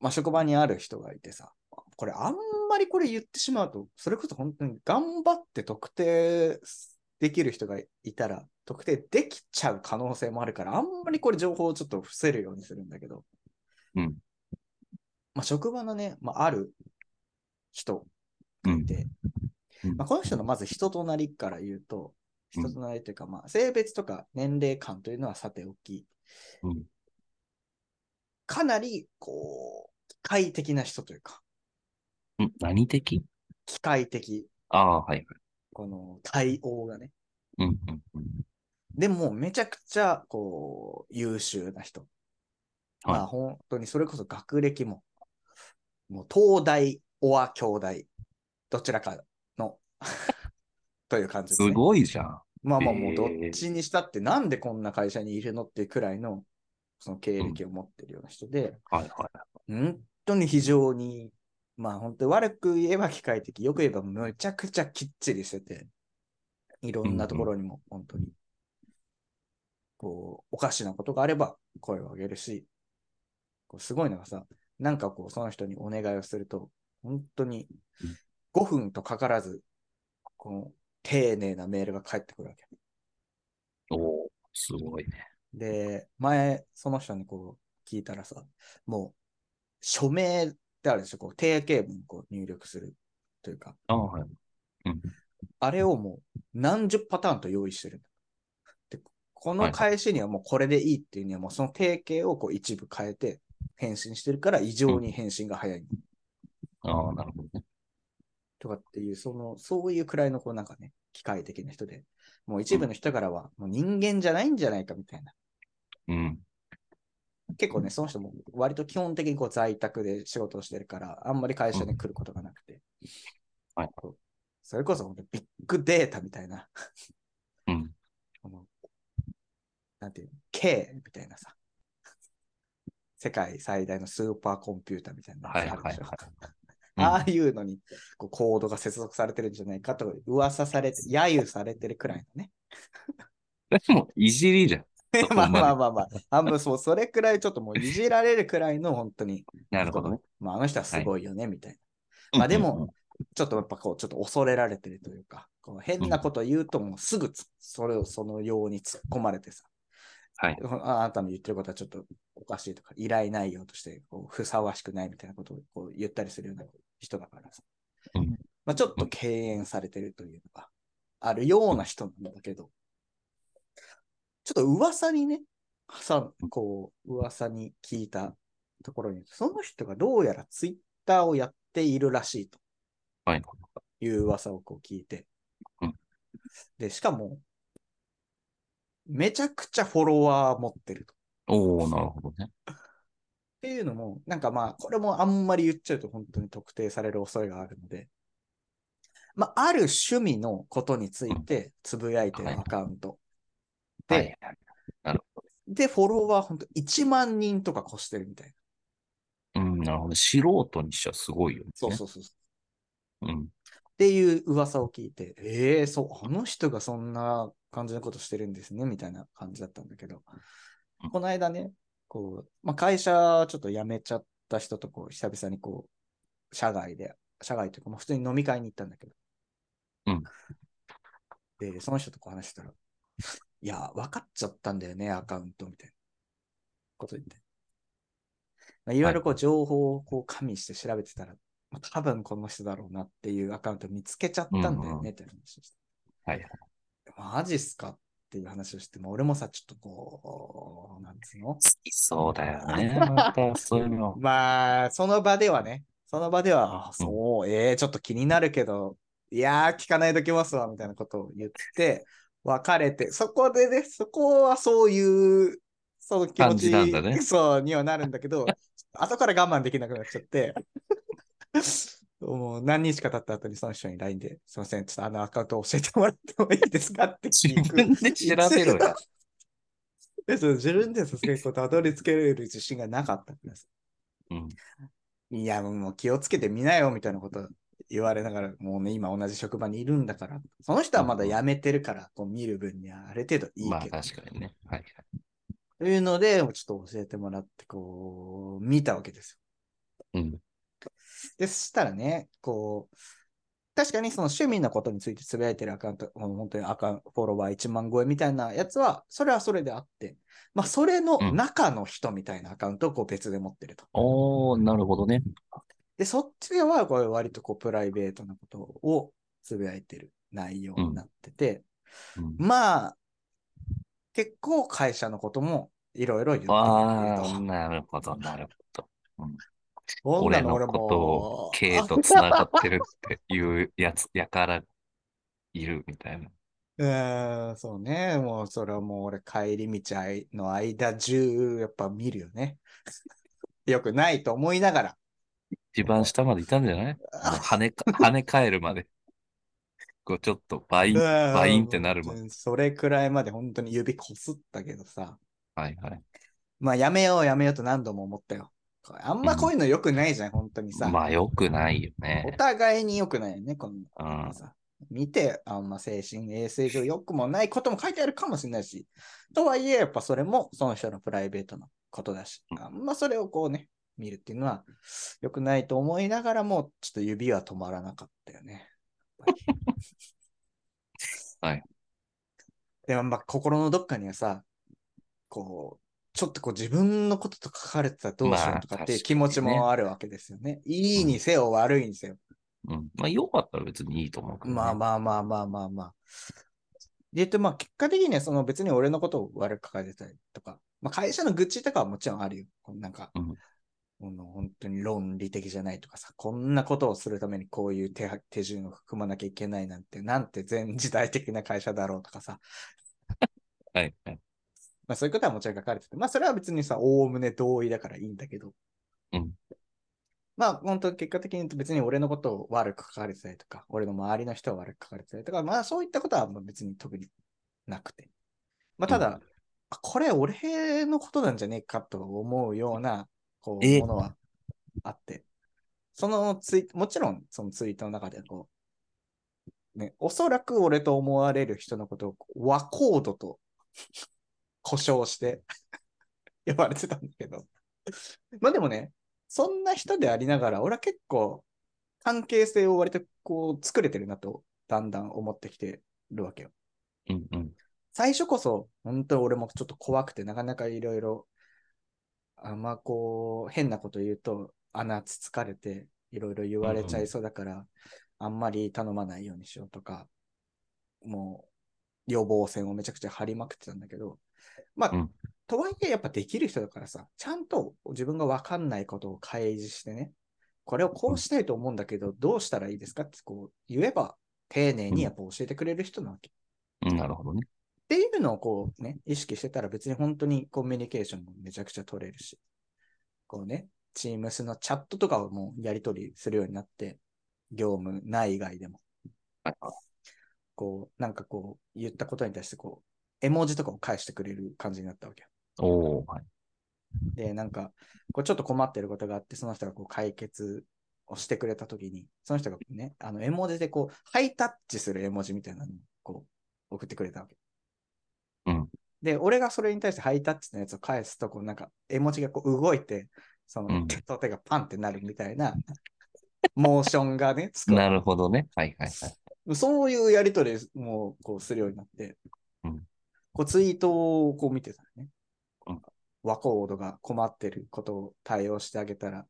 Speaker 5: まあ、職場にある人がいてさ、これあんまりこれ言ってしまうと、それこそ本当に頑張って特定できる人がいたら、特定できちゃう可能性もあるから、あんまりこれ情報をちょっと伏せるようにするんだけど、
Speaker 4: うん
Speaker 5: まあ、職場のね、まあ、ある人
Speaker 4: う
Speaker 5: がい
Speaker 4: ん。
Speaker 5: て、
Speaker 4: うん
Speaker 5: まあ、この人のまず人となりから言うと、
Speaker 4: うん
Speaker 5: 人となりというか、まあ、性別とか年齢感というのはさておき、
Speaker 4: うん
Speaker 5: かなり、こう、機械的な人というか、
Speaker 4: ん何的
Speaker 5: 機械的、
Speaker 4: ああ、はいはい。
Speaker 5: この対応がね。
Speaker 4: うん、うん、うん。
Speaker 5: でも、めちゃくちゃ、こう、優秀な人。
Speaker 4: はい
Speaker 5: まあ、本当に、それこそ学歴も、もう、東大、オア兄弟、どちらかの、 [LAUGHS] という感じですすね。
Speaker 4: ごいじゃん。
Speaker 5: まあまあ
Speaker 4: えー
Speaker 5: もうどっちにしたってなんでこんな会社にいるのっていうくらいのその経歴を持ってるような人で、
Speaker 4: はいは
Speaker 5: 本当に非常に、まあ本当に悪く言えば機械的、よく言えばむちゃくちゃきっちりしてて、いろんなところにも本当に、こう、おかしなことがあれば声を上げるし、こうすごいのがさ、なんかこうその人にお願いをすると、本当に
Speaker 4: うん
Speaker 5: 5分とかからず、この丁寧なメールが返ってくるわけ。
Speaker 4: い。おおすごいね。
Speaker 5: で、前、その人にこう聞いたらさ、もう、署名ってあるでしょ、こう、定型文をこう入力するというか、
Speaker 4: ああ、はい。うん。
Speaker 5: あれをもう何十パターンと用意してるんだ。で、こ
Speaker 4: は
Speaker 5: の
Speaker 4: い
Speaker 5: 返しにはもうこれでいいっていうには、もうその定型をこう一部変えて返信してるから、異常に返信が早い
Speaker 4: ああ、なるほどね。
Speaker 5: とかっていう、その、そういうくらいのこうなんかね、機械的な人で、もう一部の人からは、もう人間じゃないんじゃないかみたいな。
Speaker 4: うん。
Speaker 5: 結構ね、その人も割と基本的にこう在宅で仕事をしてるから、あんまり会社に来ることがなくて。
Speaker 4: はい
Speaker 5: こうそれこそ本当にビッグデータみたいな、
Speaker 4: うん。
Speaker 5: このなんていうの、K みたいなさ、世界最大のスーパーコンピューターみたいなやつ
Speaker 4: はいはい
Speaker 5: あるでしょ
Speaker 4: はいうん
Speaker 5: [LAUGHS] ああいうのにこうコードが接続されてるんじゃないかと噂されて、揶揄されてるくらいのね。
Speaker 4: でも、いじりじゃん。そこ
Speaker 5: [LAUGHS]
Speaker 4: [LAUGHS] ま
Speaker 5: まあ
Speaker 4: で
Speaker 5: まあまあまあ、半分そう、それくらいちょっともういじられるくらいの本当に
Speaker 4: なるほどね。
Speaker 5: まあ、あの人はすごいよね、みたいな。
Speaker 4: うん
Speaker 5: まあでも、ちょっとやっぱこう、ちょっと恐れられてるというか、こう変なこと言うともうすぐつそれをそのように突っ込まれてさ、
Speaker 4: はい
Speaker 5: ああなたの言ってることはちょっとおかしいとか、依頼内容としてこうふさわしくないみたいなことをこう言ったりするような人だからさ、
Speaker 4: うん
Speaker 5: まあ、ちょっと敬遠されてるというのがあるような人なんだけど、ちょっと噂にね、さこう、噂に聞いたところに、その人がどうやらツイッターをやっているらしいと
Speaker 4: はい。
Speaker 5: いう噂をこう聞いて、
Speaker 4: うん
Speaker 5: で、しかも、めちゃくちゃフォロワー持ってると。
Speaker 4: おおなるほどね。
Speaker 5: っていうのも、なんかまあ、これもあんまり言っちゃうと本当に特定される恐れがあるので、まあ、ある趣味のことについてつぶやいてるアカウント。で、
Speaker 4: はいはい。
Speaker 5: で、フォロワー本当1万人とか越してるみたいな。
Speaker 4: うん、なるほど。素人にしちゃすごいよね。
Speaker 5: そうそうそう。
Speaker 4: う。うん。
Speaker 5: っていう噂を聞いて、ええそう、あの人がそんな感じのことしてるんですね、みたいな感じだったんだけど
Speaker 4: うん、
Speaker 5: この間ね、こう、まあ、会社ちょっと辞めちゃった人とこう、久々にこう、社外で、社外というか、まあ、普通に飲み会に行ったんだけど、
Speaker 4: うん
Speaker 5: で、その人とこう話したら、いや、分かっちゃったんだよね、アカウント、みたいなこと言って。まあ、いろいろこう、情報をこう、加味して調べてたら、まあ多分この人だろうなっていうアカウント見つけちゃったんだよねって話をして、
Speaker 4: はい。
Speaker 5: マジっすかっていう話をして、もう俺もさ、ちょっとこう、なんつうの
Speaker 4: 好きそうだよ
Speaker 5: [LAUGHS]
Speaker 4: ね。また、そういうの。
Speaker 5: まあ、その場ではね、その場では、あそう、えー、ちょっと気になるけど、いやー、聞かないときますわ、みたいなことを言って、別れて、そこでね、そこはそういう、その気持
Speaker 4: 感
Speaker 5: ち
Speaker 4: じなんだね
Speaker 5: そうにはなるんだけど、 [LAUGHS] 後から我慢できなくなっちゃって、もう何日か経った後にその人に LINE で、すいません、ちょっとあのアカウント教えてもらってもいいですかって
Speaker 4: 自
Speaker 5: 聞く
Speaker 4: 分で調べろよ。
Speaker 5: で [LAUGHS] その自分でさすがにこうたどり着ける自信がなかったからさ
Speaker 4: うん。
Speaker 5: いや、もう気をつけてみなよ、みたいなこと言われながら、もうね、今同じ職場にいるんだから、その人はまだ辞めてるから、こう見る分にはある程度いい
Speaker 4: まあ、
Speaker 5: けど。
Speaker 4: 確かにね。はい。
Speaker 5: というので、ちょっと教えてもらって、こう、見たわけです
Speaker 4: うん。
Speaker 5: よ。で、そしたらね、こう、確かにその趣味のことについてつぶやいてるアカウント、もう本当にアカウントフォロワー1万超えみたいなやつは、それはそれであって、まあ、それの中の人みたいなアカウントをこう別で持ってると。
Speaker 4: おー、なるほどね。
Speaker 5: で、そっちではこれ割とこうプライベートなことをつぶやいてる内容になってて、
Speaker 4: うん
Speaker 5: まあ、結構会社のこともいろいろ言ってくれ
Speaker 4: あ
Speaker 5: る
Speaker 4: あ、
Speaker 5: と。
Speaker 4: なるほど、なるほ
Speaker 5: [LAUGHS]
Speaker 4: ど。
Speaker 5: そんな
Speaker 4: 俺の
Speaker 5: 俺
Speaker 4: こと
Speaker 5: も
Speaker 4: を、K と繋がってるっていうやつ、やからいるみたいな。
Speaker 5: うーん、そうね。もう、それはもう俺、帰り道あいの間中、やっぱ見るよね。 [LAUGHS] よくないと思いながら。
Speaker 4: 一番下までいたんじゃないあの跳ねか、跳ね返るまで。 [LAUGHS] こう、ちょっとバイン、バインってなるまで。
Speaker 5: うんそれくらいまで本当に指こすったけどさ。
Speaker 4: はいはい。
Speaker 5: まあ、やめようやめようと何度も思ったよ。あんまこういうの良くないじゃん、本当にさ。
Speaker 4: まあ、良くないよ
Speaker 5: お
Speaker 4: ね。
Speaker 5: 互いに良くないよね、こん
Speaker 4: う
Speaker 5: なの
Speaker 4: ん。
Speaker 5: さ。見て、あんま精神衛生上良くもないことも書いてあるかもしれないし。とはいえ、やっぱそれもその人のプライベートのことだし、
Speaker 4: うん
Speaker 5: あんまそれをこうね、見るっていうのは良くないと思いながらも、ちょっと指は止まらなかったよね。やっぱり
Speaker 4: [LAUGHS] はい。
Speaker 5: でもまあ心のどっかにはさ、こう、ちょっとこう自分のことと書かれてたらどうしようとかっていう気持ち
Speaker 4: まあ確かにね
Speaker 5: もあるわけですよね。いいにせよ悪いにせよ。
Speaker 4: うん。まあ、良かったら別にいいと思うけど、ね。
Speaker 5: まあまあまあまあまあまあ。で、とまあ結果的にはその別に俺のことを悪く書かれてたりとか、まあ会社の愚痴とかはもちろんあるよ。こうなんか、
Speaker 4: うん
Speaker 5: この本当に論理的じゃないとかさ、こんなことをするためにこういう手は手順を踏まなきゃいけないなんて、なんて全時代的な会社だろうとかさ、
Speaker 4: はいはい。
Speaker 5: まあそういうことはもちろん書かれてて、まあそれは別にさ、おおむね同意だからいいんだけど、
Speaker 4: うん。
Speaker 5: まあ、本当結果的に言うと別に俺のことを悪く書かれてたりとか、俺の周りの人を悪く書かれてたりとか、まあそういったことはまあ別に特になくて。まあただ、
Speaker 4: うん
Speaker 5: あこれ俺のことなんじゃねえかと思うような、こう、
Speaker 4: え
Speaker 5: ものはあって。そのツイもちろんそのツイートの中でこう、ね、おそらく俺と思われる人のことを和コードと故障して [LAUGHS] 呼ばれてたんだけど。まあでもね、そんな人でありながら、俺は結構関係性を割とこう作れてるなと、だんだん思ってきてるわけよ。
Speaker 4: うんうん。
Speaker 5: 最初こそ、本当俺もちょっと怖くて、なかなかいろいろ、あんまこう、変なこと言うと穴つつかれて、いろいろ言われちゃいそうだから、あんまり頼まないようにしようとか、もう、予防線をめちゃくちゃ張りまくってたんだけど、まあ、
Speaker 4: うん
Speaker 5: とはいえやっぱできる人だからさ、ちゃんと自分がわかんないことを開示してね、これをこうしたいと思うんだけど、どうしたらいいですかってこう言えば、丁寧にやっぱ教えてくれる人なわけ。
Speaker 4: うんなるほどね。
Speaker 5: っていうのをこうね、意識してたら別に本当にコミュニケーションもめちゃくちゃ取れるし、こうね、チームスのチャットとかをもうやり取りするようになって、業務内外でも、
Speaker 4: はいはい
Speaker 5: こう、なんかこう、言ったことに対してこう、絵文字とかを返してくれる感じになったわけよ。
Speaker 4: おー、はい。
Speaker 5: で、なんか、こうちょっと困ってることがあって、その人がこう解決をしてくれたときに、その人がね、あの、絵文字でこう、ハイタッチする絵文字みたいなのをこう、送ってくれたわけ。
Speaker 4: うん。
Speaker 5: で、俺がそれに対してハイタッチのやつを返すと、こうなんか絵文字がこう動いて、その
Speaker 4: うん
Speaker 5: 手と手がパンってなるみたいな、モーションがね、つくわけ
Speaker 4: なるほどね。はいはいはい。
Speaker 5: そういうやりとりもこうするようになって、
Speaker 4: うん
Speaker 5: こうツイートをこう見てたらね、
Speaker 4: うん
Speaker 5: ワコードが困ってることを対応してあげたら、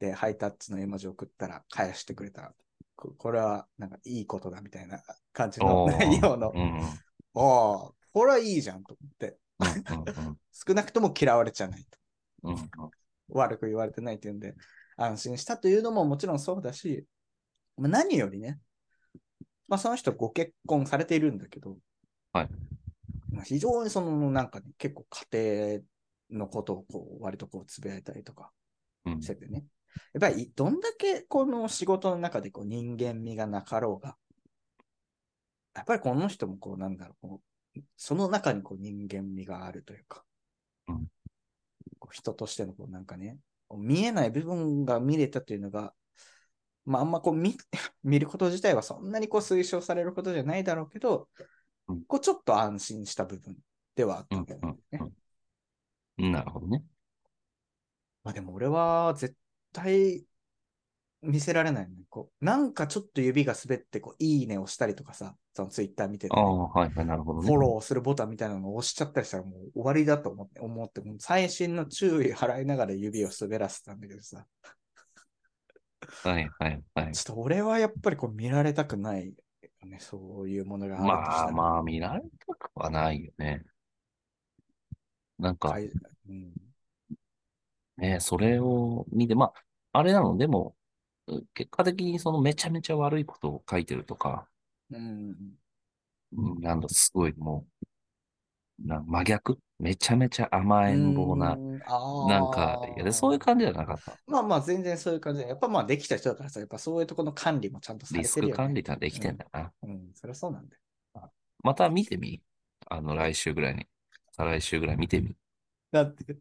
Speaker 5: で、ハイタッチの絵文字を送ったら返してくれた。ここれはなんかいいことだみたいな感じの
Speaker 4: おー
Speaker 5: 内容の
Speaker 4: う、んうん。うん
Speaker 5: ああ、これはいいじゃんと思って、
Speaker 4: うん
Speaker 5: 少なくとも嫌われちゃないと。
Speaker 4: うん。うん
Speaker 5: 悪く言われてないっていうんで、安心したというのももちろんそうだし、まあ、何よりね、まあ、その人ご結婚されているんだけど、
Speaker 4: はい
Speaker 5: まあ非常にそのなんかね、結構家庭のことをこう割とこうつぶやいたりとか
Speaker 4: うん
Speaker 5: [LAUGHS] しててね、やっぱりどんだけこの仕事の中でこう人間味がなかろうが、やっぱりこの人もこうなんだろう、こうその中にこう人間味があるというか、
Speaker 4: うん
Speaker 5: こう人としてのこうなんかね、見えない部分が見れたというのが、まああんまこう見 [LAUGHS] 見ること自体はそんなにこう推奨されることじゃないだろうけど、
Speaker 4: うん
Speaker 5: こうちょっと安心した部分ではあっ
Speaker 4: う
Speaker 5: た
Speaker 4: ん
Speaker 5: んだよね。
Speaker 4: うんうん。なるほどね。
Speaker 5: まあでも俺は絶対見せられないね。こうなんかちょっと指が滑ってこういいねをしたりとかさ、そのツイッター見てて
Speaker 4: あ
Speaker 5: ね、
Speaker 4: あ、はいはい。なるほどね。
Speaker 5: フォローするボタンみたいなのを押しちゃったりしたらもう終わりだと思って、思ってもう最新の注意払いながら指を滑らせてたんだけどさ、
Speaker 4: はいはいはい
Speaker 5: ちょ。っと俺はやっぱりこう見られたくないね、そういうものがあるとし
Speaker 4: ま
Speaker 5: た
Speaker 4: あ
Speaker 5: ら
Speaker 4: まあ、見られたくはないよね。なんか
Speaker 5: かいうん、
Speaker 4: ね、それを見て、まあ、あれなの、でも、う結果的にそのめちゃめちゃ悪いことを書いてるとか、
Speaker 5: うん。
Speaker 4: うんなんだ、すごいもう、な真逆めちゃめちゃ甘えん坊な、
Speaker 5: うーんあー
Speaker 4: なんか、いや、そういう感じじゃなかった。
Speaker 5: まあまあ、全然そういう感じで、やっぱまあ、できた人だからさ、やっぱそういうところの管理もちゃんとされ
Speaker 4: リ
Speaker 5: て
Speaker 4: ス
Speaker 5: るよ、ね。
Speaker 4: ク管理ができてんだな。
Speaker 5: うん、そりゃそうなんだよ。
Speaker 4: また見てみ。あの、来週ぐらいに。再来週ぐらい見てみ。
Speaker 5: だって、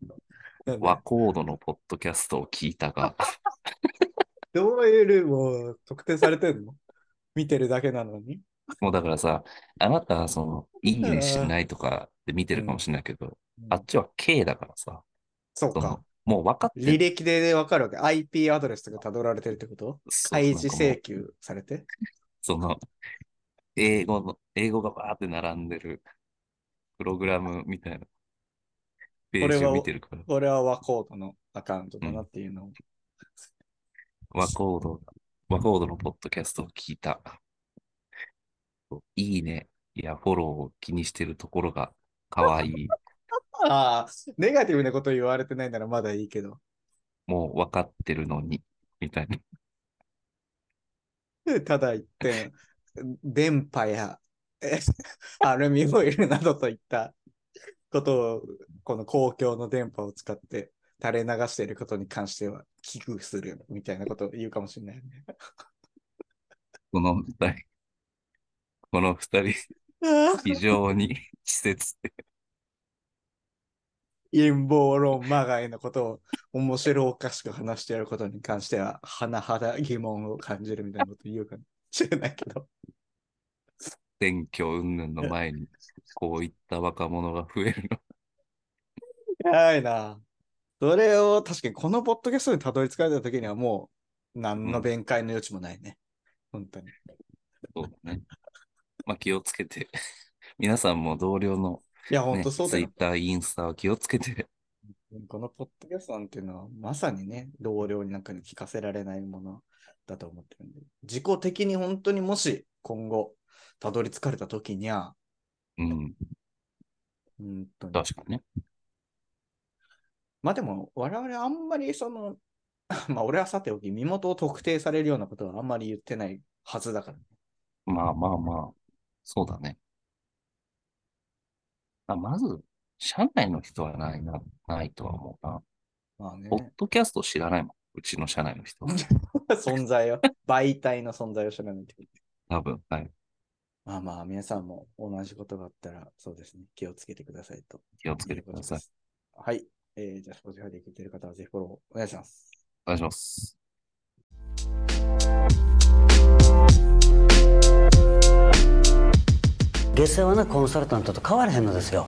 Speaker 5: なんだ
Speaker 4: ワ
Speaker 5: よ
Speaker 4: コードのポッドキャストを聞いたが、
Speaker 5: どういうルールを特定されてるの [LAUGHS] 見てるだけなのに。
Speaker 4: [LAUGHS] もうだからさ、あなたはその、いいねしないとかで見てるかもしれないけど、
Speaker 5: うん
Speaker 4: あっちは K だからさ、
Speaker 5: そう
Speaker 4: そ
Speaker 5: か
Speaker 4: の。もう分かって
Speaker 5: 履歴でわかるわけ。IP アドレスとか辿られてるってこと
Speaker 4: そう
Speaker 5: 開示
Speaker 4: なんかもう
Speaker 5: 請求されて。
Speaker 4: その、英語の、英語がバーって並んでる、プログラムみたいな、ページを見てるから、
Speaker 5: これはワコードのアカウントだなっていうのを。
Speaker 4: ワコード、ワコードのポッドキャストを聞いた。いいねやフォローを気にしてるところが可愛い。
Speaker 5: ああ、ネガティブなこと言われてないならまだいいけど。
Speaker 4: もう分かってるのに、みたいな。
Speaker 5: ただ一点、電波やえアルミホイルなどといったことを、この公共の電波を使って垂れ流していることに関しては危惧するみたいなことを言うかもしれないね。
Speaker 4: この二人、この二人、非常に [LAUGHS] 稚拙で、
Speaker 5: 陰謀論まがいのことを面白おかしく話していることに関しては、甚だ疑問を感じるみたいなこと言うかもしれないけど。
Speaker 4: 選挙云々の前に、こういった若者が増えるの。
Speaker 5: やばいな。それを確かにこのポッドキャストにたどり着かれた時にはもう何の弁解の余地もないね。本当に。 [LAUGHS]
Speaker 4: そうだね。まあ気をつけて、皆さんも同僚の
Speaker 5: いや、本
Speaker 4: ね、
Speaker 5: 当そうだ
Speaker 4: ツイ
Speaker 5: よ
Speaker 4: ッ。ター、インスタは気をつけて。
Speaker 5: このポッドキャストなんていうのはまさにね、同僚になんかに聞かせられないものだと思ってるんで、自己的に本当にもし今後たどり着かれた時には、
Speaker 4: うん、
Speaker 5: 本当に。
Speaker 4: 確かにね。
Speaker 5: まあでも、我々あんまりその、 [LAUGHS] まあ俺はさておき身元を特定されるようなことはあんまり言ってないはずだから。
Speaker 4: まあまあまあ、そうだね。あ、まず、社内の人はないな、ないとは思うな。
Speaker 5: まあね
Speaker 4: ポ。ッドキャスト知らないもん。うちの社内の人。 [LAUGHS]
Speaker 5: 存在を、媒体の存在を知らないといけな
Speaker 4: 多
Speaker 5: い。
Speaker 4: 分、はい。
Speaker 5: まあまあ、皆さんも同じことがあったら、そうですね。気をつけてくださいと。
Speaker 4: 気をつけてください。。
Speaker 5: はい。えー、じゃあ、Spotify で聞いてる方はぜひフォローお願いします。
Speaker 4: お願いします。
Speaker 1: 下世話なコンサルタントと変わらへんのですよ